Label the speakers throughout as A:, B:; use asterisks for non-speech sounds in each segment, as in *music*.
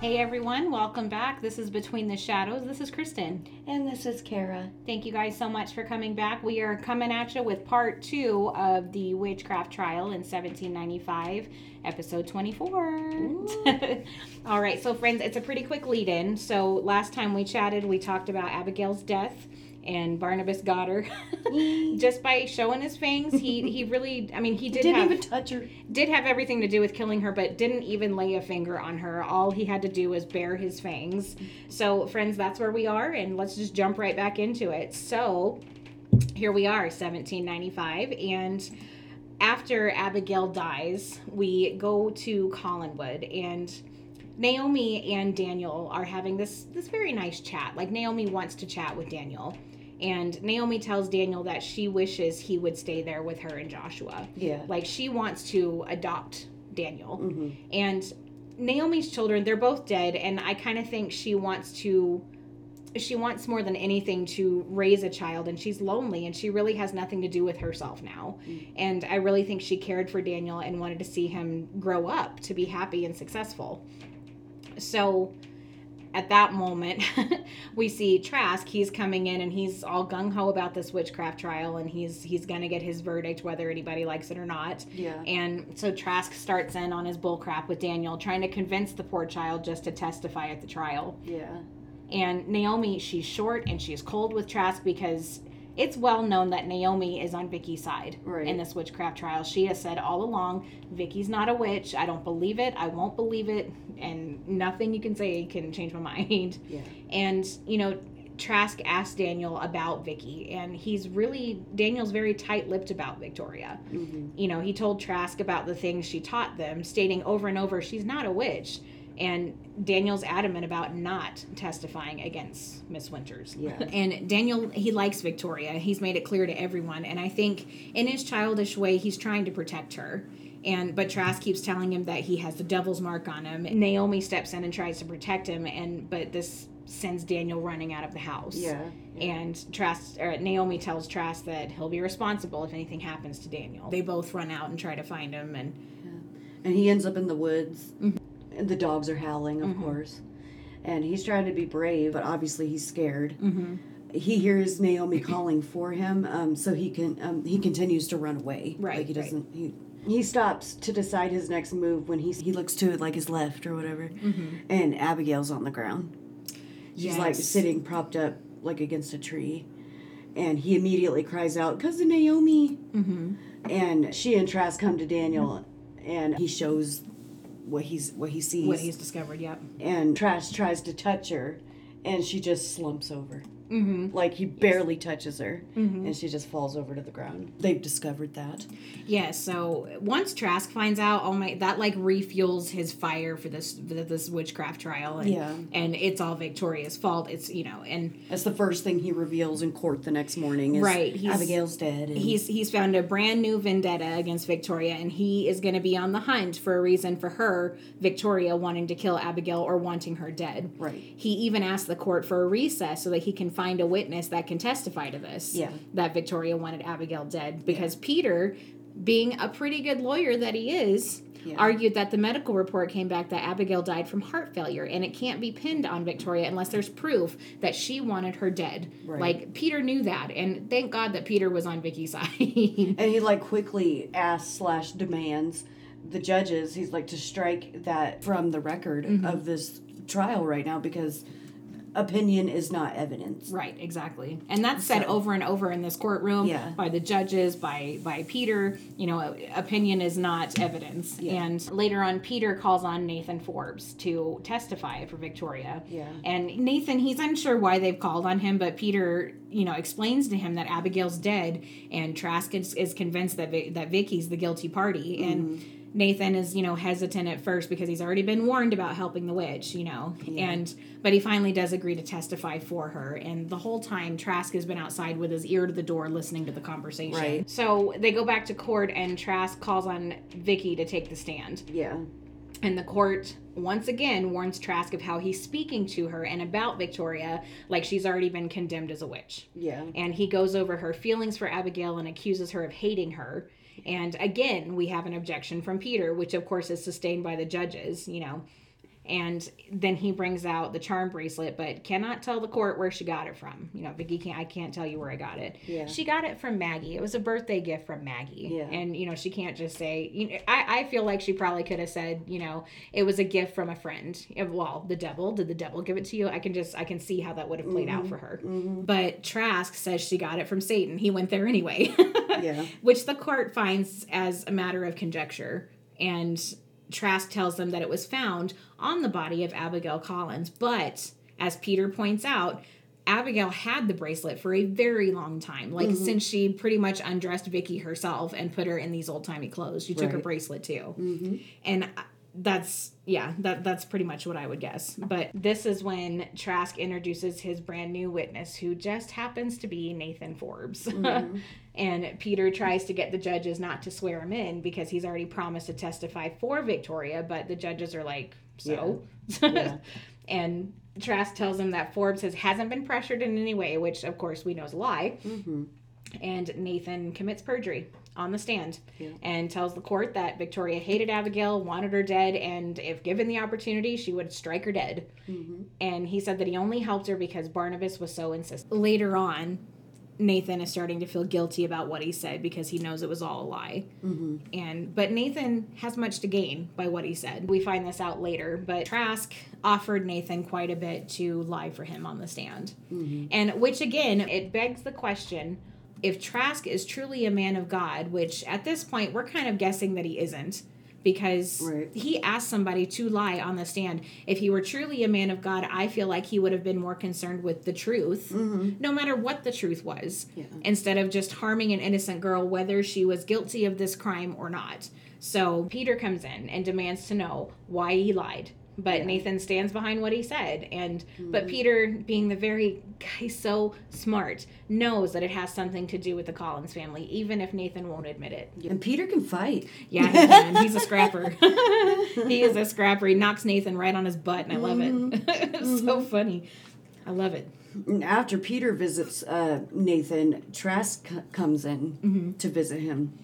A: Hey everyone, welcome back. This is Between the Shadows. This is Kristen.
B: And this is Kara.
A: Thank you guys so much for coming back. We are coming at you with part two of the witchcraft trial in 1795, episode 24. *laughs* All right, so friends, it's a pretty quick lead in. So last time we chatted, we talked about Abigail's death and Barnabas got *laughs* her just by showing his fangs. He he really, I mean, he did
B: Didn't
A: have,
B: even touch her.
A: did have everything to do with killing her, but didn't even lay a finger on her. All he had to do was bare his fangs. So, friends, that's where we are, and let's just jump right back into it. So, here we are, 1795, and after Abigail dies, we go to Collinwood and Naomi and Daniel are having this this very nice chat. Like Naomi wants to chat with Daniel. And Naomi tells Daniel that she wishes he would stay there with her and Joshua
B: Yeah.
A: like she wants to adopt Daniel.
B: hmm
A: And Naomi's children, they're both dead and I kind of think she wants to she wants more than anything to raise a child and she's lonely and she really has nothing to do with herself now.
B: Mm.
A: And I really think she cared for Daniel and wanted to see him grow up to be happy and successful. So at that moment, *laughs* we see Trask. He's coming in and he's all gung ho about this witchcraft trial, and he's he's gonna get his verdict whether anybody likes it or not.
B: Yeah.
A: And so Trask starts in on his bullcrap with Daniel, trying to convince the poor child just to testify at the trial.
B: Yeah.
A: And Naomi, she's short and she's cold with Trask because it's well known that Naomi is on Vicky's side
B: Right.
A: in this witchcraft trial. She has said all along, Vicky's not a witch. I don't believe it. I won't believe it. And nothing you can say can change my *laughs* mind.
B: yeah.
A: And, you know, Trask asked Daniel about Vicky, and he's really, Daniel's very tight lipped about Victoria.
B: hmm
A: You know, he told Trask about the things she taught them, stating over and over, she's not a witch. And Daniel's adamant about not testifying against Miss Winters.
B: Yeah.
A: *laughs* And Daniel, he likes Victoria. He's made it clear to everyone. And I think in his childish way, he's trying to protect her. And but Trask keeps telling him that he has the devil's mark on him. Naomi steps in and tries to protect him, and but this sends Daniel running out of the house.
B: Yeah.
A: And Trask, or Naomi tells Trask that he'll be responsible if anything happens to Daniel. They both run out and try to find him, and
B: And he ends up in the woods.
A: Mm-hmm.
B: And the dogs are howling, of course. And he's trying to be brave, but obviously he's scared.
A: Mm-hmm.
B: He hears Naomi calling for him, um, so he can um, he continues to run away.
A: Right,
B: Like he
A: right.
B: doesn't he. He stops to decide his next move when he he looks to like his left or whatever, and Abigail's on the ground. She's like
A: Mm-hmm. Yes.
B: sitting propped up like against a tree. And he immediately cries out, Cousin Naomi. And she and Trask come to Daniel and he shows what he's what he sees.
A: what he's discovered. Yep.
B: and Trask tries to touch her and she just slumps over.
A: Mm-hmm.
B: Like he barely touches her and she just falls over to the ground. They've discovered that.
A: Yeah. So once Trask finds out, oh my, that like refuels his fire for this for this witchcraft trial. And,
B: Yeah.
A: And it's all Victoria's fault. It's you know, and
B: That's the first thing he reveals in court the next morning is
A: Right, he's-
B: Abigail's dead. And
A: he's he's found a brand new vendetta against Victoria, and he is going to be on the hunt for a reason for her, Victoria, wanting to kill Abigail or wanting her dead.
B: Right.
A: He even asked the court for a recess so that he can find a witness that can testify to this.
B: Yeah.
A: That Victoria wanted Abigail dead because Peter, being a pretty good lawyer that he is,
B: Yeah.
A: argued that the medical report came back that Abigail died from heart failure and it can't be pinned on Victoria unless there's proof that she wanted her dead.
B: Right.
A: Like Peter knew that and thank God that Peter was on Vicky's *laughs* side.
B: and he like quickly asks slash demands the judges he's like to strike that from the record
A: Mm-hmm.
B: of this trial right now because opinion is not evidence
A: Right, exactly. And that's said over and over in this courtroom
B: Yeah.
A: by the judges, by by Peter, you know, opinion is not evidence.
B: Yeah.
A: And later on Peter calls on Nathan Forbes to testify for Victoria.
B: Yeah.
A: And Nathan, he's unsure why they've called on him, but Peter, you know, explains to him that Abigail's dead and Trask is, is convinced that Vi- that Vicky's the guilty party and Nathan is, you know, hesitant at first because he's already been warned about helping the witch, you know. And but he finally does agree to testify for her. And the whole time Trask has been outside with his ear to the door listening to the conversation.
B: Right.
A: So they go back to court and Trask calls on Vicky to take the stand.
B: yeah
A: And the court once again warns Trask of how he's speaking to her and about Victoria like she's already been condemned as a witch.
B: yeah
A: And he goes over her feelings for Abigail and accuses her of hating her. And again, we have an objection from Peter, which of course is sustained by the judges, you know. And then he brings out the charm bracelet, but cannot tell the court where she got it from. You know, Vicky can't. I can't tell you where I got it.
B: Yeah.
A: She got it from Maggie. It was a birthday gift from Maggie.
B: Yeah.
A: And you know, she can't just say. You know, I I feel like she probably could have said, you know, it was a gift from a friend. Eh, Well, the devil did the devil give it to you? I can just I can see how that would have played
B: Mm-hmm.
A: out for her. But Trask says she got it from Satan. He went there anyway. *laughs*
B: Yeah.
A: Which the court finds as a matter of conjecture and Trask tells them that it was found on the body of Abigail Collins, but as Peter points out, Abigail had the bracelet for a very long time, like since she pretty much undressed Vicky herself and put her in these old-timey clothes. She took her
B: Right.
A: bracelet too. And I- that's yeah, that that's pretty much what I would guess. But this is when Trask introduces his brand new witness who just happens to be Nathan Forbes.
B: Mm-hmm.
A: *laughs* and Peter tries to get the judges not to swear him in because he's already promised to testify for Victoria, but the judges are like, so. *laughs*
B: Yeah.
A: and Trask tells him that Forbes has hasn't been pressured in any way, which of course we know is a lie
B: Mm-hmm.
A: and Nathan commits perjury on the stand
B: Yeah.
A: and tells the court that Victoria hated Abigail, wanted her dead, and if given the opportunity, she would strike her dead.
B: Mm-hmm.
A: And he said that he only helped her because Barnabas was so insistent. Later on, Nathan is starting to feel guilty about what he said because he knows it was all a lie.
B: Mm-hmm.
A: And but Nathan has much to gain by what he said. We find this out later, but Trask offered Nathan quite a bit to lie for him on the stand.
B: Mm-hmm.
A: And which again, it begs the question if Trask is truly a man of God, which at this point we're kind of guessing that he isn't because
B: Right.
A: he asked somebody to lie on the stand. If he were truly a man of God, I feel like he would have been more concerned with the truth, no matter what the truth was,
B: Yeah.
A: instead of just harming an innocent girl, whether she was guilty of this crime or not. So Peter comes in and demands to know why he lied. But Nathan stands behind what he said. And but Peter, being the very guy so smart, knows that it has something to do with the Collins family, even if Nathan won't admit it.
B: *laughs* And Peter can fight.
A: Yeah, he can. he's a scrapper. *laughs* he is a scrapper. He knocks Nathan right on his butt, and I love it. *laughs* it's so funny. I love it.
B: And after Peter visits uh, Nathan, Trask c- comes in to visit him.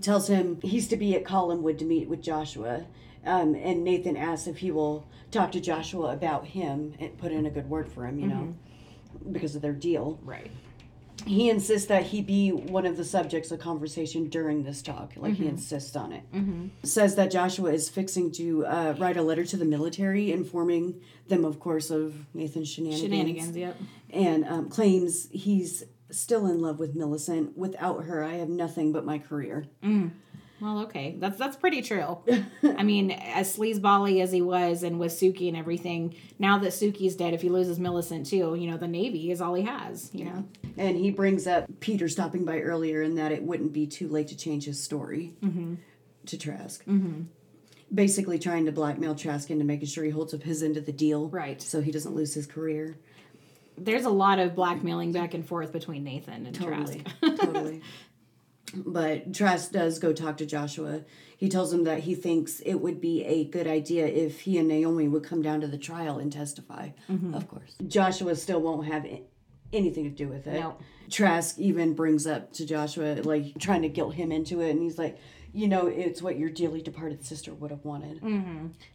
B: Tells him he's to be at Collinwood to meet with Joshua. Um, and Nathan asks if he will talk to Joshua about him and put in a good word for him, you know, because of their deal.
A: Right.
B: He insists that he be one of the subjects of conversation during this talk. Like he insists on it. Says that Joshua is fixing to uh, write a letter to the military, informing them, of course, of Nathan's
A: Shenanigans. Yep.
B: and um, claims he's still in love with Millicent. Without her, I have nothing but my career.
A: Well, okay, that's that's pretty *laughs* true. I mean, as sleazebally as he was, and with Suki and everything, now that Suki's dead, if he loses Millicent too, you know, the Navy is all he has. You know,
B: And he brings up Peter stopping by earlier and that it wouldn't be too late to change his story to Trask. Basically, trying to blackmail Trask into making sure he holds up his end of the deal.
A: Right.
B: So he doesn't lose his career.
A: there's a lot of blackmailing back and forth between Nathan and
B: Totally.
A: Trask.
B: totally. But Trask does go talk to Joshua. He tells him that he thinks it would be a good idea if he and Naomi would come down to the trial and testify. Of course. Joshua still won't have a- anything to do with it.
A: Nope.
B: Trask even brings up to Joshua, like trying to guilt him into it. And he's like, you know, it's what your dearly departed sister would have wanted.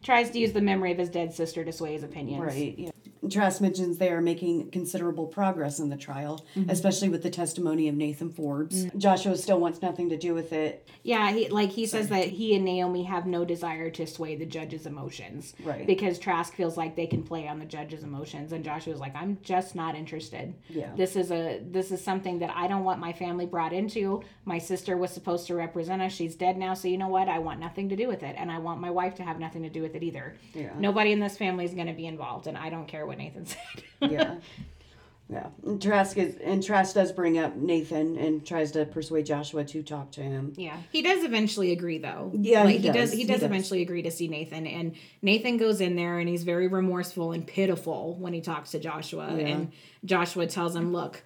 A: Tries to use the memory of his dead sister to sway his opinions.
B: Right. Yeah. Trask mentions they are making considerable progress in the trial, especially with the testimony of Nathan Forbes. Joshua still wants nothing to do with *laughs* it.
A: Yeah, he, like he says that he and Naomi have no desire to sway the judge's emotions.
B: Right.
A: Because Trask feels like they can play on the judge's emotions, and Joshua's like, "I'm just not interested.
B: Yeah.
A: This is a this is something that I don't want my family brought into. My sister was supposed to represent us. She's dead now, so you know what? I want nothing to do with it, and I want my wife to have nothing to do with it either.
B: Yeah.
A: Nobody in this family is going to be involved, and I don't care what Nathan *laughs* said.
B: yeah. Yeah. And Trask is and Trask does bring up Nathan and tries to persuade Joshua to talk to him.
A: Yeah, he does eventually agree, though.
B: Yeah,
A: like,
B: he
A: he, does.
B: does.
A: He
B: He
A: does
B: does.
A: eventually agree to see Nathan, and Nathan goes in there, and he's very remorseful and pitiful when he talks to Joshua, and Joshua tells him, "Look,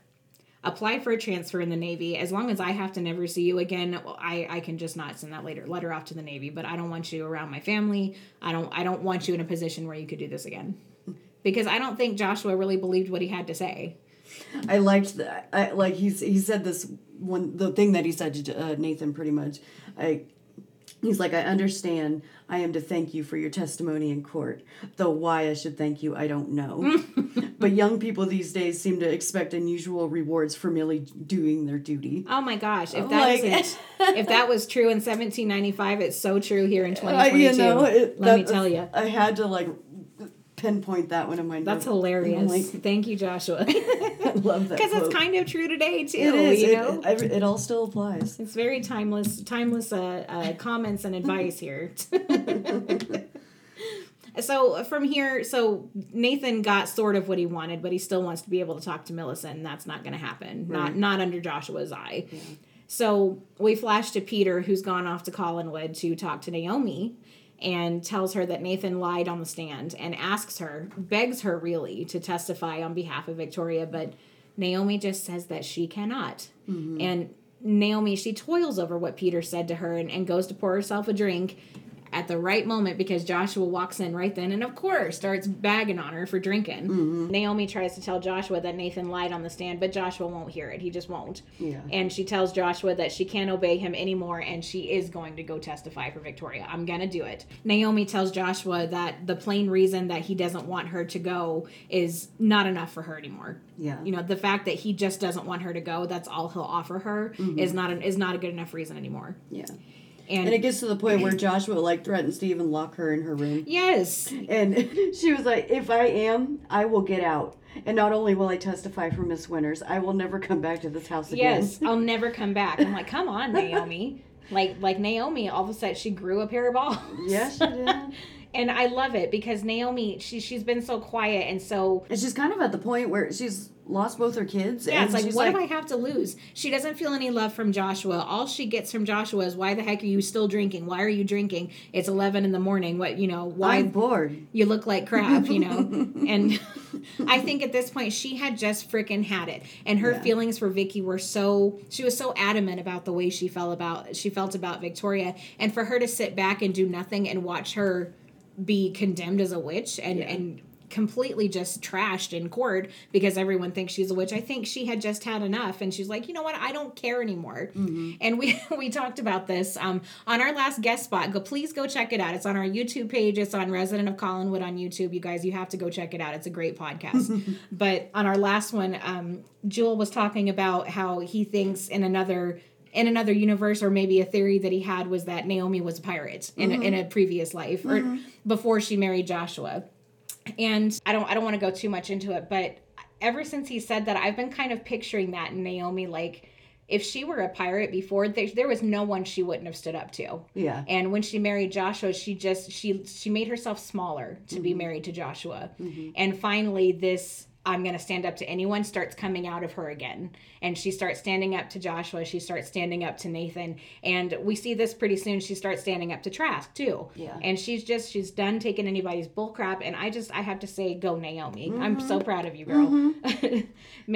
A: apply for a transfer in the Navy. As long as I have to never see you again, well, I I can just not send that later letter off to the Navy. But I don't want you around my family. I don't I don't want you in a position where you could do this again." Because I don't think Joshua really believed what he had to say.
B: I liked that. I like he he said this one the thing that he said to uh, Nathan pretty much. I He's like, I understand. I am to thank you for your testimony in court. Though why I should thank you, I don't
A: *laughs*
B: know. but young people these days seem to expect unusual rewards for merely doing their duty.
A: Oh my gosh! If
B: I'm
A: that
B: like-
A: not if that was true in 1795, it's so true here in
B: *laughs* I,
A: 2022.
B: you know, it,
A: let me
B: that-
A: tell you,
B: I had to like pinpoint that one in my
A: that's
B: notes.
A: hilarious.
B: like-
A: Thank you, Joshua. *laughs* Because
B: *laughs* I
A: *laughs*
B: love that.
A: it's
B: quote.
A: kind of true today too.
B: It is.
A: You
B: It,
A: know,
B: it, every- it all
A: *laughs*
B: still applies.
A: It's very timeless, timeless uh, uh, comments and advice here. *laughs* so from here, so Nathan got sort of what he wanted, but he still wants to be able to talk to Millicent. And that's not going to happen. Not not under Joshua's eye. So we flash to Peter, who's gone off to Collinwood to talk to Naomi. And tells her that Nathan lied on the stand and asks her, begs her really, to testify on behalf of Victoria, but Naomi just says that she cannot. And Naomi, she toils over what Peter said to her and, and goes to pour herself a drink at the right moment because Joshua walks in right then and, of course, starts bagging on her for drinking. Naomi tries to tell Joshua that Nathan lied on the stand, but Joshua won't hear it. He just won't.
B: Yeah.
A: And she tells Joshua that she can't obey him anymore and she is going to go testify for Victoria. I'm going to do it. Naomi tells Joshua that the plain reason that he doesn't want her to go is not enough for her anymore
B: Yeah.
A: you know the fact that he just doesn't want her to go that's all he'll offer her is not an, is not a good enough reason anymore
B: Yeah.
A: and,
B: Mm-hmm. And it gets to the point where Joshua like threatens to even lock her in her room.
A: yes
B: And *laughs* she was like, If I am, I will get out. And not only will I testify for Miss Winters, I will never come back to this house again. *laughs*
A: yes i'll never come back i'm like come on naomi like like naomi all of a sudden she grew a pair of balls
B: Yes,
A: *laughs*
B: she did.
A: and i love it because naomi she she's been so quiet and so
B: And she's kind of at the point where she's lost both her kids.
A: yeah,
B: and
A: it's like,
B: she's
A: what do I have to lose? She doesn't feel any love from Joshua. All she gets from Joshua is, why the heck are you still drinking? Why are you drinking? It's 11 in the morning. What, you know, why?
B: I'm bored.
A: you look like crap, you know.
B: *laughs*
A: and I think at this point she had just freaking had it. And her feelings for Vicky were so she was so adamant about the way she felt about she felt about Victoria and for her to sit back and do nothing and watch her be condemned as a witch and and completely just trashed in court because everyone thinks she's a witch. I think she had just had enough and she's like, "You know what? I don't care anymore." And we *laughs* we talked about this um on our last guest spot. Go please go check it out. It's on our YouTube page. It's on Resident of Collinwood on YouTube. You guys, you have to go check it out. It's a great podcast. but on our last one, um Jewel was talking about how he thinks in another in another universe or maybe a theory that he had was that Naomi was a pirate in, a, in a previous life or before she married Joshua. And I don't I don't want to go too much into it, but ever since he said that I've been kind of picturing that in Naomi like if she were a pirate before there, there was no one she wouldn't have stood up to.
B: Yeah.
A: And when she married Joshua, she just she she made herself smaller to
B: Mm-hmm.
A: be married to Joshua. And finally this I'm going to stand up to anyone starts coming out of her again. And she starts standing up to Joshua, she starts standing up to Nathan, and we see this pretty soon she starts standing up to Trask too.
B: Yeah.
A: And she's just she's done taking anybody's bull crap and I just I have to say go Naomi. I'm so proud of you, girl. *laughs* Made me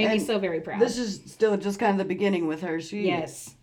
B: Mm-hmm. And
A: so very proud.
B: This is still just kind of the beginning with her. She
A: yes.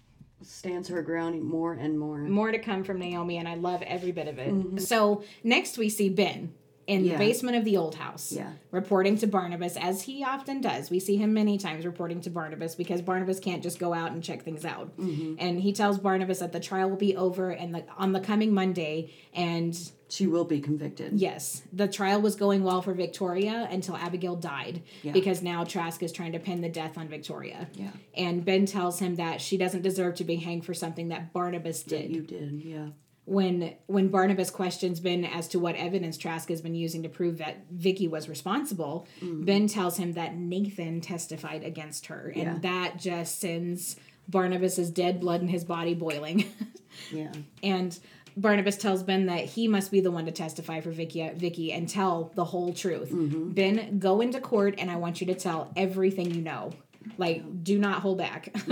B: stands her ground more and more.
A: more to come from Naomi, and I love every bit of it. So next we see Ben in the
B: Mm-hmm. Yeah.
A: basement of the old house,
B: Yeah.
A: reporting to Barnabas as he often does. We see him many times reporting to Barnabas because Barnabas can't just go out and check things out.
B: Mm-hmm.
A: And he tells Barnabas that the trial will be over and the, on the coming Monday, and
B: She will be convicted.
A: Yes, the trial was going well for Victoria until Abigail died
B: Yeah.
A: because now Trask is trying to pin the death on Victoria.
B: Yeah.
A: And Ben tells him that she doesn't deserve to be hanged for something that Barnabas did
B: You did, yeah.
A: when when Barnabas questions Ben as to what evidence Trask has been using to prove that Vicky was responsible, Ben tells him that Nathan testified against her, and
B: Yeah.
A: that just sends Barnabas's dead blood in his body boiling. *laughs*
B: Yeah.
A: and Barnabas tells Ben that he must be the one to testify for Vicky, Vicky and tell the whole truth. Ben, go into court and I want you to tell everything you know. Like, do not hold back. *laughs*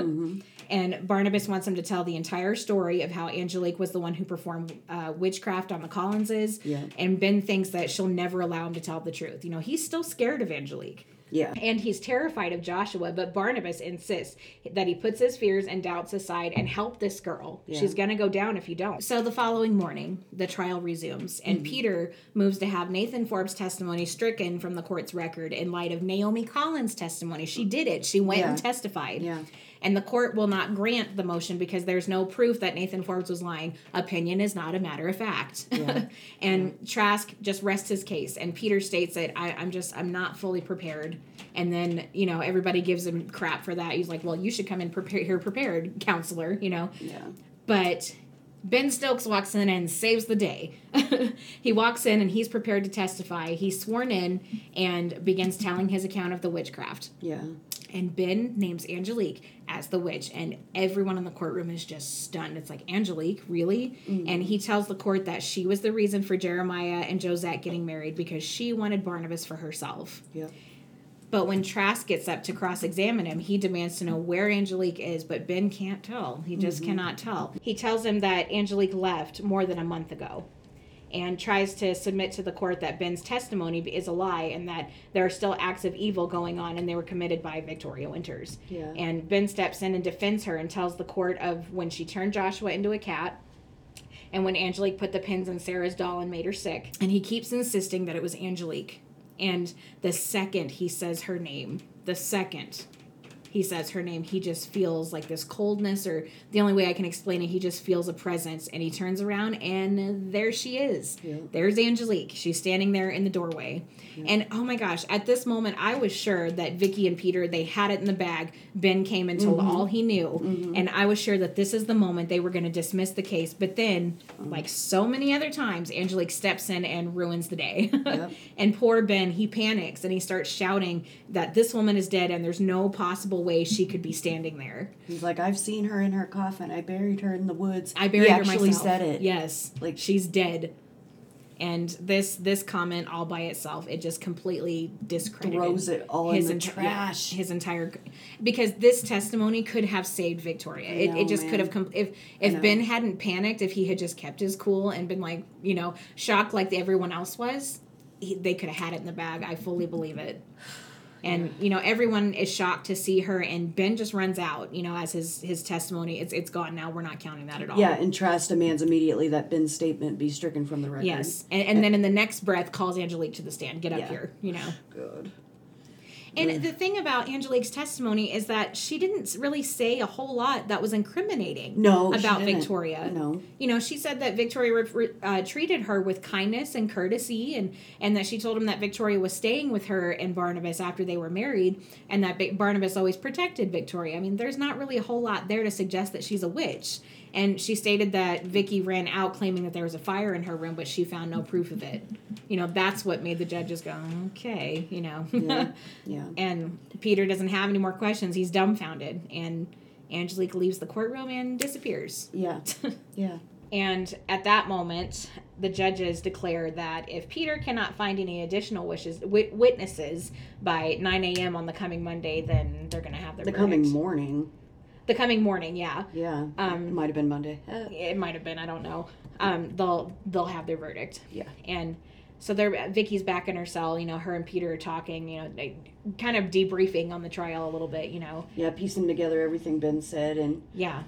A: and Barnabas wants him to tell the entire story of how Angelique was the one who performed uh, witchcraft on the Collinses.
B: Yeah.
A: And Ben thinks that she'll never allow him to tell the truth. You know, he's still scared of Angelique.
B: Yeah.
A: And he's terrified of Joshua, but Barnabas insists that he puts his fears and doubts aside and help this girl.
B: Yeah.
A: She's going to go down if you don't. Mm-hmm. So the following morning, the trial resumes, and Peter moves to have Nathan Forbes' testimony stricken from the court's record in light of Naomi Collins' testimony. She did it, she went and
B: Yeah.
A: testified.
B: Yeah.
A: And the court will not grant the motion because there's no proof that Nathan Forbes was lying. Opinion is not a matter of fact. *laughs* and Trask just rests his case. And Peter states that I, I'm just, I'm not fully prepared. And then, you know, everybody gives him crap for that. He's like, well, you should come in prepare, here prepared, counselor, you know.
B: Yeah.
A: But Ben Stokes walks in and saves the day. *laughs* he walks in and he's prepared to testify. He's sworn in and begins telling his account of the witchcraft.
B: Yeah.
A: And Ben names Angelique as the witch, and everyone in the courtroom is just stunned. It's like, Angelique, really? And he tells the court that she was the reason for Jeremiah and Josette getting married because she wanted Barnabas for herself.
B: Yeah.
A: But when Trask gets up to cross examine him, he demands to know where Angelique is, but Ben can't tell. He just cannot tell. He tells him that Angelique left more than a month ago and tries to submit to the court that Ben's testimony is a lie and that there are still acts of evil going on and they were committed by Victoria Winters.
B: Yeah.
A: And Ben steps in and defends her and tells the court of when she turned Joshua into a cat and when Angelique put the pins in Sarah's doll and made her sick. And he keeps insisting that it was Angelique. And the second he says her name, the second he says her name, he just feels like this coldness, or the only way I can explain it, he just feels a presence. And he turns around, and there she is.
B: Yeah.
A: There's Angelique. She's standing there in the doorway. And oh my gosh, at this moment, I was sure that Vicky and Peter, they had it in the bag. Ben came and told all he knew. And I was sure that this is the moment they were going to dismiss the case. But then, like so many other times, Angelique steps in and ruins the day. *laughs*
B: Yep.
A: And poor Ben, he panics and he starts shouting that this woman is dead and there's no possible way she could be standing there.
B: He's like, I've seen her in her coffin. I buried her in the woods.
A: I buried
B: he
A: her
B: actually
A: myself.
B: said it.
A: Yes. Like
B: Like-
A: she's dead. And this this comment all by itself, it just completely discredited
B: Throws it all in the
A: enti-
B: trash.
A: His entire because this testimony could have saved Victoria. It,
B: know,
A: it just could
B: man.
A: have com- if if
B: know.
A: Ben hadn't panicked, if he had just kept his cool and been like you know shocked like everyone else was, he, they could have had it in the bag. I fully believe it. And you know everyone is shocked to see her, and Ben just runs out. You know, as his his testimony, it's it's gone now. We're not counting that at all.
B: Yeah, and Trask demands immediately that Ben's statement be stricken from the record.
A: Yes, and, and then in the next breath, calls Angelique to the stand. Get up
B: Yeah.
A: here, you know.
B: Good.
A: And
B: Mm.
A: the thing about Angelique's testimony is that she didn't really say a whole lot that was incriminating.
B: No, she
A: about
B: didn't.
A: Victoria.
B: No.
A: you know, she said that Victoria re- re- uh, treated her with kindness and courtesy, and and that she told him that Victoria was staying with her and Barnabas after they were married, and that Vic- Barnabas always protected Victoria. I mean, there's not really a whole lot there to suggest that she's a witch. And she stated that Vicky ran out claiming that there was a fire in her room, but she found no proof of it. You know, that's what made the judges go, okay, you know. *laughs*
B: Yeah.
A: And Peter doesn't have any more questions. He's dumbfounded. And Angelique leaves the courtroom and disappears. *laughs*
B: Yeah. Yeah.
A: And at that moment, the judges declare that if Peter cannot find any additional wishes, wit witnesses by 9 a.m. on the coming Monday, then they're going to have their
B: The
A: verdict.
B: coming morning.
A: the coming morning, yeah.
B: Yeah.
A: Um,
B: it might have been Monday. Uh,
A: It might have been, I don't know. Um, they'll they'll have their verdict.
B: yeah.
A: and so they're Vicky's back in her cell. You know, her and Peter are talking. You know, like, kind of debriefing on the trial a little bit. You know,
B: Yeah, piecing together everything Ben said and
A: yeah.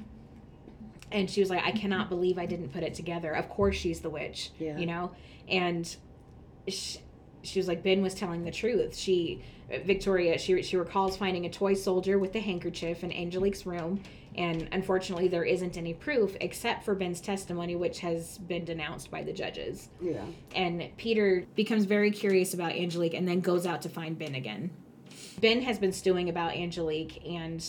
A: And she was like, I cannot believe I didn't put it together. Of course she's the witch.
B: Yeah.
A: You know, and she, she was like, Ben was telling the truth. She Victoria, she she recalls finding a toy soldier with a handkerchief in Angelique's room. And unfortunately, there isn't any proof except for Ben's testimony, which has been denounced by the judges.
B: yeah.
A: and Peter becomes very curious about Angelique and then goes out to find Ben again. Ben has been stewing about Angelique and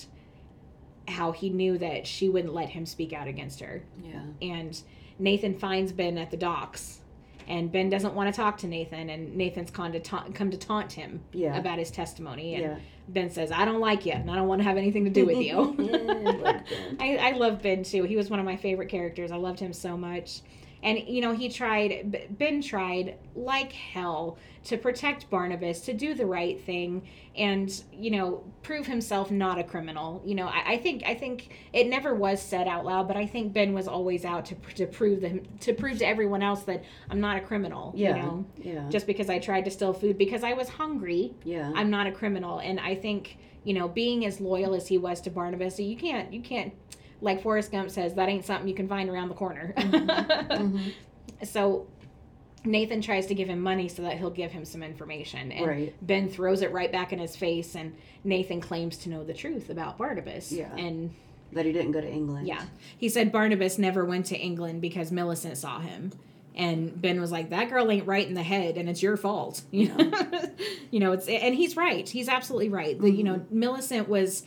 A: how he knew that she wouldn't let him speak out against her.
B: Yeah.
A: And Nathan finds Ben at the docks. And Ben doesn't want to talk to Nathan, and Nathan's come to taunt, come to taunt him
B: Yeah.
A: about his testimony. And
B: Yeah.
A: Ben says, "I don't like you, and I don't want to have anything to do with
B: *laughs*
A: you."
B: *laughs* Yeah, like Ben.
A: I, I love Ben too. He was one of my favorite characters. I loved him so much. And, you know, he tried, B- Ben tried like hell to protect Barnabas, to do the right thing, and, you know, prove himself not a criminal. You know, I, I think, I think it never was said out loud, but I think Ben was always out to, pr- to prove the, to prove to everyone else that I'm not a criminal.
B: Yeah.
A: You know,
B: Yeah.
A: just because I tried to steal food because I was hungry.
B: yeah.
A: I'm not a criminal, and I think you know being as loyal as he was to Barnabas, you can't you can't like Forrest Gump says that ain't something you can find around the corner. *laughs*
B: Mhm.
A: so Nathan tries to give him money so that he'll give him some information, and
B: Right.
A: Ben throws it right back in his face, and Nathan claims to know the truth about Barnabas.
B: Yeah.
A: and
B: That he didn't go to England.
A: yeah, he said Barnabas never went to England because Millicent saw him. And Ben was like, "That girl ain't right in the head, and it's your fault." *laughs* You know, you know, it's and he's right. He's absolutely right. The, You know,
B: Mm-hmm.
A: Millicent was,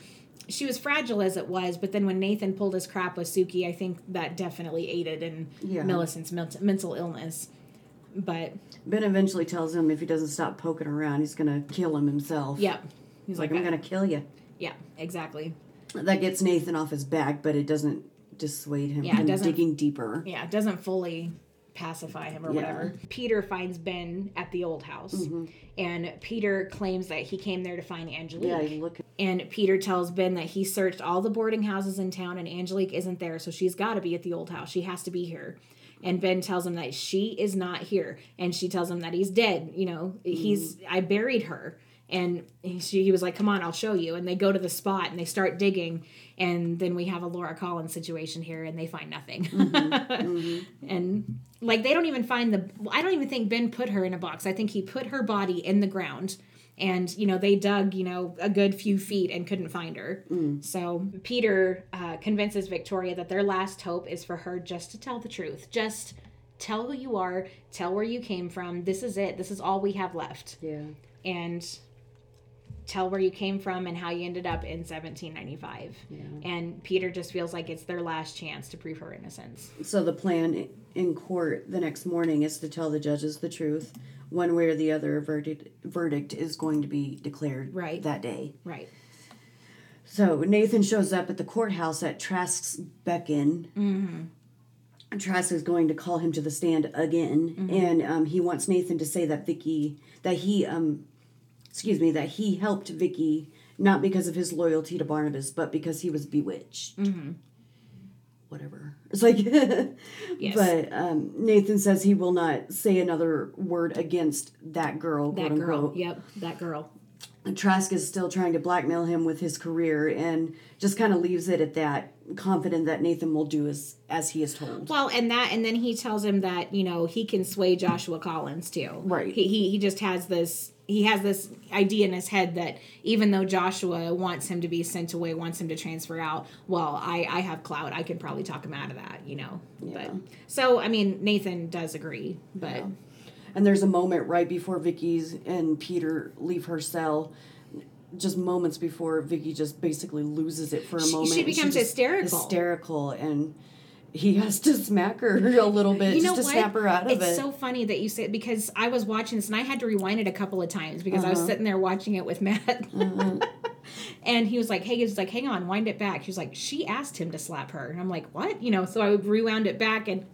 A: she was fragile as it was, but then when Nathan pulled his crap with Suki, I think that definitely aided in
B: Yeah.
A: Millicent's ment- mental illness. But
B: Ben eventually tells him if he doesn't stop poking around, he's gonna kill him himself.
A: yeah, he's
B: He's
A: like,
B: like, I'm gonna kill you.
A: yeah, exactly.
B: That gets Nathan off his back, but it doesn't dissuade him
A: Yeah, it
B: from
A: doesn't-
B: digging deeper.
A: yeah it doesn't fully pacify him or
B: Yeah. Mm-hmm.
A: whatever peter finds ben at the old house and peter claims that he came there to find
B: Yeah,
A: angelique
B: you look.
A: and peter tells ben that he searched all the boarding houses in town and angelique isn't there so she's got to be at the old house she has to be here and ben tells him that she is not here and she tells him that he's dead you know he's
B: Mm-hmm.
A: i buried her and he- she, he was like come on i'll show you and they go to the spot and they start digging and then we have a laura collins situation here and they find nothing *laughs*
B: Mm-hmm.
A: and like they don't even find the i don't even think ben put her in a box i think he put her body in the ground and you know they dug you know a good few feet and couldn't find her so peter uh, convinces victoria that their last hope is for her just to tell the truth just tell who you are tell where you came from this is it this is all we have left
B: Yeah.
A: and tell where you came from and how you ended up in 1795 and peter just feels like it's their last chance to prove her innocence
B: So the plan i- in court the next morning is to tell the judges the truth, one way or the other. A verdict verdict is going to be declared
A: Right.
B: that day.
A: right
B: So Nathan shows up at the courthouse at Trask's beckon. Mm-hmm. Trask is going to call him to the stand again,
A: Mm-hmm.
B: and um, he wants Nathan to say that Vicky, that he, um, excuse me, that he helped Vicky not because of his loyalty to Barnabas, but because he was bewitched.
A: Mm-hmm.
B: Whatever. It's like, *laughs*
A: Yes.
B: but um, Nathan says he will not say another word against that girl.
A: That
B: quote
A: girl.
B: unquote.
A: Yep, that girl.
B: Trask is still trying to blackmail him with his career and just kind of leaves it at that, confident that Nathan will do as, as he is told.
A: Well, and that, and then he tells him that you know he can sway Joshua Collins too.
B: Right.
A: He he, he just has this. He has this idea in his head that even though Joshua wants him to be sent away, wants him to transfer out, well, I, I have clout. I can probably talk him out of that, you know. But so I mean, Nathan does agree, but
B: And there's a moment right before Vicky's and Peter leave her cell, just moments before Vicky just basically loses it for a
A: She-
B: moment.
A: she
B: and
A: becomes
B: just-
A: hysterical.
B: Hysterical, and he has to smack her *laughs* a little bit
A: you
B: just
A: know
B: to
A: what?
B: snap her out of
A: it's
B: it.
A: so funny that you say because I was watching this and I had to rewind it a couple of times because
B: Uh-huh.
A: I was sitting there watching it with Matt. *laughs* and he was like, "Hey," he was like, "Hang on, wind it back." She was like, "She asked him to slap her," and I'm like, "What?" You know. So I rewound it back and.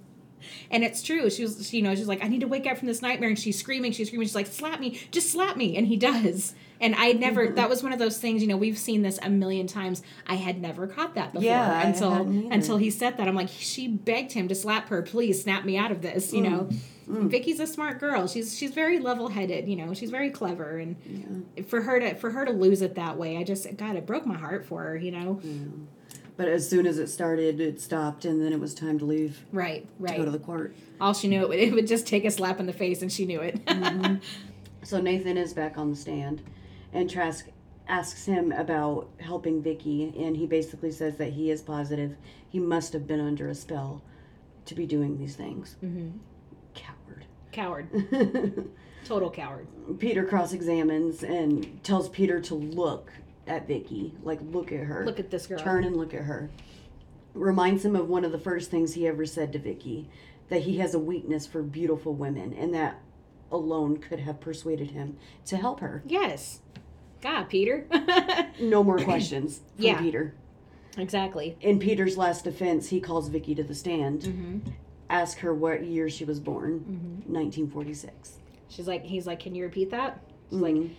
A: And it's true. She was, she, you know, she's like, I need to wake up from this nightmare, and she's screaming, she's screaming, she's like, slap me, just slap me, and he does. And I never,
B: Mm-hmm.
A: that was one of those things, you know, we've seen this a million times. I had never caught that before
B: Yeah, I
A: until
B: hadn't either.
A: until he said that. I'm like, she begged him to slap her, please snap me out of this, you know.
B: Mm-hmm. Mm.
A: Vicky's a smart girl. She's she's very level headed, you know. She's very clever, and for her to for her to lose it that way, I just God, it broke my heart for her, you know.
B: Mm. but as soon as it started, it stopped, and then it was time to leave,
A: Right, right.
B: go to the court.
A: All she knew it would, it would just take a slap in the face, and she knew it.
B: Mm-hmm. So Nathan is back on the stand, and Trask asks him about helping Vicky, and he basically says that he is positive he must have been under a spell to be doing these things.
A: Mm-hmm.
B: Coward.
A: *laughs*
B: *laughs*
A: coward, total coward.
B: Peter cross examines and tells Peter to look at Vicky, like look at her,
A: Look at this girl.
B: turn and look at her. Reminds him of one of the first things he ever said to Vicky, that he has a weakness for beautiful women, and that alone could have persuaded him to help her.
A: Yes, God, Peter. *laughs*
B: no
A: *clears throat*
B: more questions from
A: Yeah.
B: Peter.
A: exactly.
B: In Peter's last defense, he calls Vicky to the stand. ask her what year she was born, 1946.
A: She's like, he's like, can you repeat that? She's like,
B: Mhm.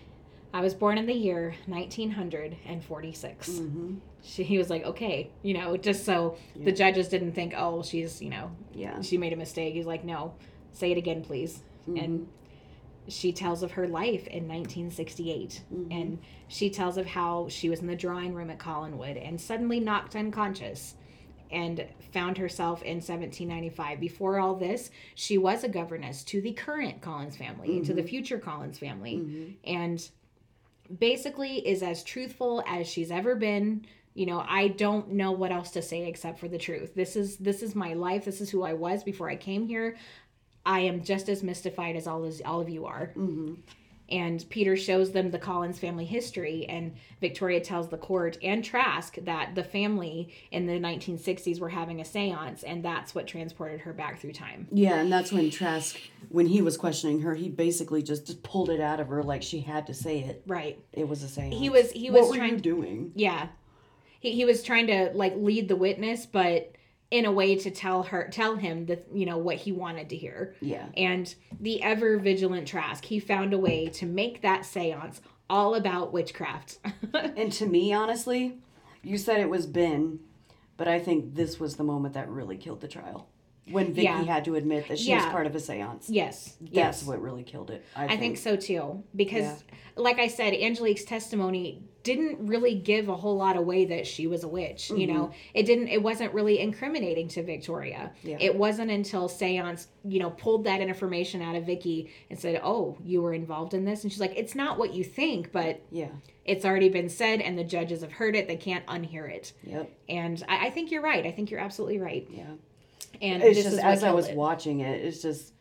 A: I was born in the year 1946.
B: Mhm.
A: She, he was like, okay, you know, just so the judges didn't think, oh, she's, you know,
B: Yeah.
A: she made a mistake. He's like, no, say it again, please.
B: Mm-hmm.
A: And she tells of her life in 1968. And she tells of how she was in the drawing room at Collinwood and suddenly knocked unconscious and found herself in 1795. Before all this, she was a governess to the current Collins family and to the future Collins family.
B: Mm-hmm.
A: And basically is as truthful as she's ever been you know i don't know what else to say except for the truth this is this is my life this is who i was before i came here i am just as mystified as all as all of you are
B: Mm-hmm.
A: and peter shows them the collins family history and victoria tells the court and trask that the family in the 1960s were having a seance and that's what transported her back through time
B: Yeah, and that's when Trask, when he was questioning her, he basically just, just pulled it out of her like she had to say it.
A: right
B: It was a saying.
A: he was he
B: What
A: was
B: were
A: trying
B: you doing?
A: Yeah. He he was trying to like lead the witness, but in a way to tell her tell him that you know what he wanted to hear. *laughs*
B: Yeah.
A: And the ever vigilant Trask, he found a way to make that séance all about witchcraft. *laughs*
B: And to me, honestly, you said it was Ben, but I think this was the moment that really killed the trial. When Vicky
A: Yeah.
B: had to admit that she was
A: Yeah.
B: part of a seance.
A: yes.
B: That's
A: yes.
B: what really killed it. I,
A: I think so too because like I said Angelique's testimony didn't really give a whole lot away that she was a witch, you know. It didn't it wasn't really incriminating to Victoria.
B: Mm-hmm. Yeah.
A: It wasn't until Séance, you know, pulled that information out of Vicky and said, "Oh, you were involved in this." And she's like, "It's not what you think, but
B: Yeah.
A: it's already been said and the judges have heard it. They can't unhear it."
B: Yep.
A: And I, I think you're right. I think you're absolutely right.
B: Yeah.
A: And
B: It's
A: this
B: just
A: is what
B: as I
A: killed
B: was
A: it.
B: watching it, it's just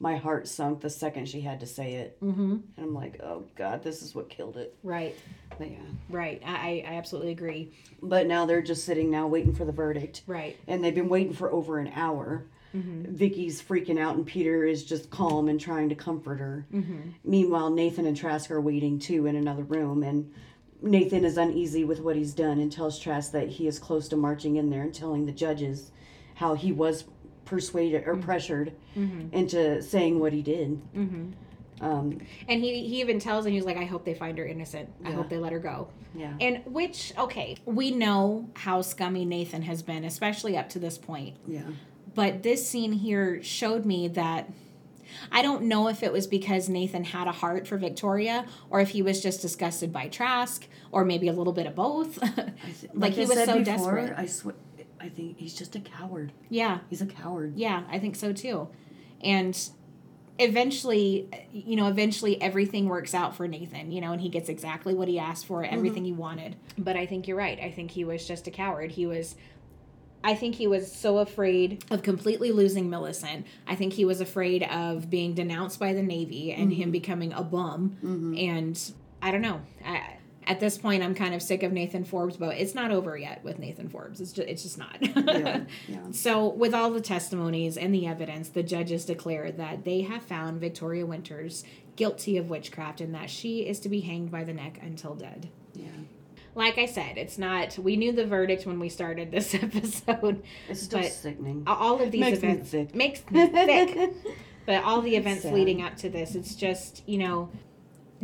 B: my heart sunk the second she had to say it. Mm-hmm. And I'm like, oh God, this is what killed it.
A: right,
B: But yeah.
A: right. I, I I absolutely agree.
B: But now they're just sitting now waiting for the verdict.
A: Right.
B: And they've been waiting for over an hour. Vicky's freaking out, and Peter is just calm and trying to comfort her. Meanwhile, Nathan and Trask are waiting too in another room, and Nathan is uneasy with what he's done and tells Trask that he is close to marching in there and telling the judges how he was persuaded or pressured into saying what he did. Um,
A: And he he even tells and he's like, I hope they find her innocent. I hope they let her go.
B: yeah.
A: And which okay, we know how scummy Nathan has been, especially up to this point.
B: yeah.
A: But this scene here showed me that I don't know if it was because Nathan had a heart for Victoria or if he was just disgusted by Trask or maybe a little bit of both. *laughs* like, he
B: I
A: was
B: said
A: so
B: before,
A: desperate.
B: I swear, I think he's just a coward.
A: Yeah.
B: He's a coward.
A: *laughs* Yeah, I think so too. And eventually, you know, eventually everything works out for Nathan, you know, and he gets exactly what he asked for, everything he wanted. But I think you're right. I think he was just a coward. He was. I think he was so afraid of completely losing Millicent. I think he was afraid of being denounced by the Navy and him becoming a bum. And I don't know. I, at this point, I'm kind of sick of Nathan Forbes, but it's not over yet with Nathan Forbes. It's just, it's just not. *laughs*
B: Yeah. yeah.
A: So, with all the testimonies and the evidence, the judges declare that they have found Victoria Winters guilty of witchcraft and that she is to be hanged by the neck until dead.
B: Yeah.
A: Like I said, it's not, we knew the verdict when we started this *laughs* episode.
B: It's still
A: But-
B: sickening.
A: All of these
B: Makes me
A: events
B: *laughs* sick.
A: makes me sick. But all the events
B: sad.
A: leading up to this, it's just, you know,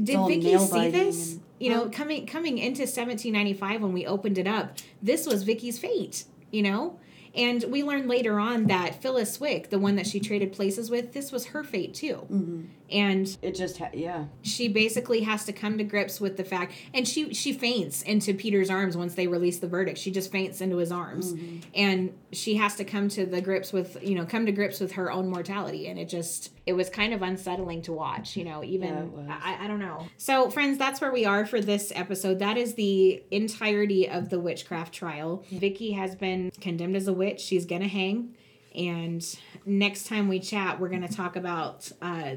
A: did
B: all
A: Vicky
B: nail
A: see
B: biting
A: this?
B: and-
A: you know, coming coming into 1795 when we opened it up, this was Vicky's fate, you know? And we learned later on that Phyllis Swick, the one that she traded places with, this was her fate too.
B: Mm-hmm.
A: And
B: It just, ha- yeah.
A: she basically has to come to grips with the fact and she she faints into peter's arms once they release the verdict she just faints into his arms
B: Mm-hmm.
A: and she has to come to the grips with you know come to grips with her own mortality and it just it was kind of unsettling to watch you know even
B: Yeah, it was.
A: I, I don't know so friends that's where we are for this episode that is the entirety of the witchcraft trial vicky has been condemned as a witch she's gonna hang and next time we chat we're gonna talk about uh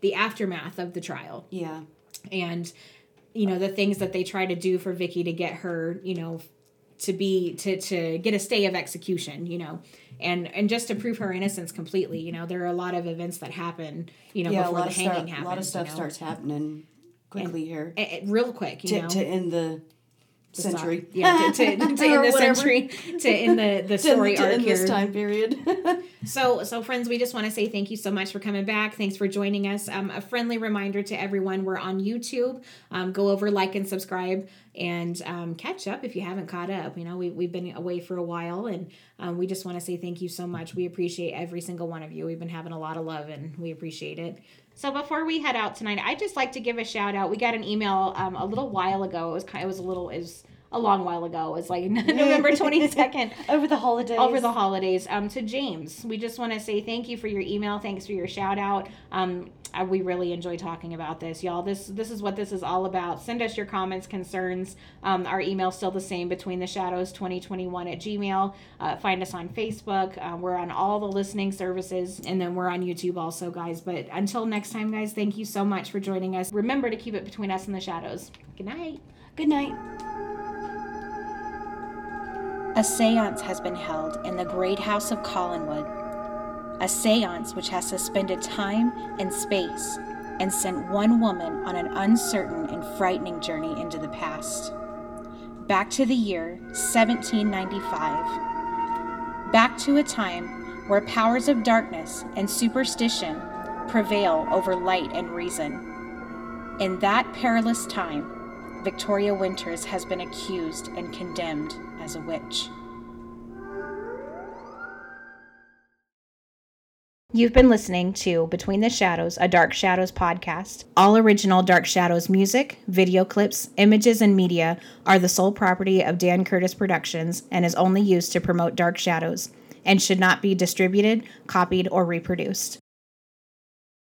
A: the aftermath of the trial
B: Yeah.
A: and you know the things that they try to do for Vicky to get her you know to be to to get a stay of execution you know and and just to prove her innocence completely you know there are a lot of events that happen you know
B: Yeah. A
A: before
B: lot,
A: the
B: of
A: hanging
B: start,
A: happens
B: a lot of stuff
A: you know?
B: starts happening quickly here
A: Eh, eh, real quick you
B: to,
A: know
B: to end the
A: the stock-
B: Century. *laughs*
A: yeah, to, to, to
B: Or
A: end the
B: whatever.
A: century, to end the the
B: *laughs* To-
A: story
B: to
A: arc
B: end
A: here.
B: this time period. *laughs*
A: So, so friends, we just want to say thank you so much for coming back. Thanks for joining us. Um, a friendly reminder to everyone: we're on YouTube. Um, go over, like, and subscribe, and um, catch up if you haven't caught up. You know, we we've been away for a while, and um, we just want to say thank you so much. We appreciate every single one of you. We've been having a lot of love, and we appreciate it. So before we head out tonight, I would just like to give a shout out. We got an email um, a little while ago. It was kind. It was a little. It was a long while ago. It was like *laughs* November twenty second
B: over the holidays.
A: over the holidays um, to james we just want to say thank you for your email thanks for your shout out um, uh, we really enjoy talking about this y'all this this is what this is all about send us your comments concerns um, our email still the same between the shadows 2021 at gmail uh, find us on facebook uh, we're on all the listening services and then we're on youtube also guys but until next time guys thank you so much for joining us remember to keep it between us and the shadows good night
B: Good night.
A: A seance has been held in the great house of Collinwood. A seance which has suspended time and space and sent one woman on an uncertain and frightening journey into the past. Back to the year 1795. Back to a time where powers of darkness and superstition prevail over light and reason. In that perilous time, Victoria Winters has been accused and condemned as a witch. You've been listening to Between the Shadows, a Dark Shadows podcast. All original Dark Shadows music, video clips, images, and media are the sole property of Dan Curtis Productions and is only used to promote Dark Shadows and should not be distributed, copied, or reproduced.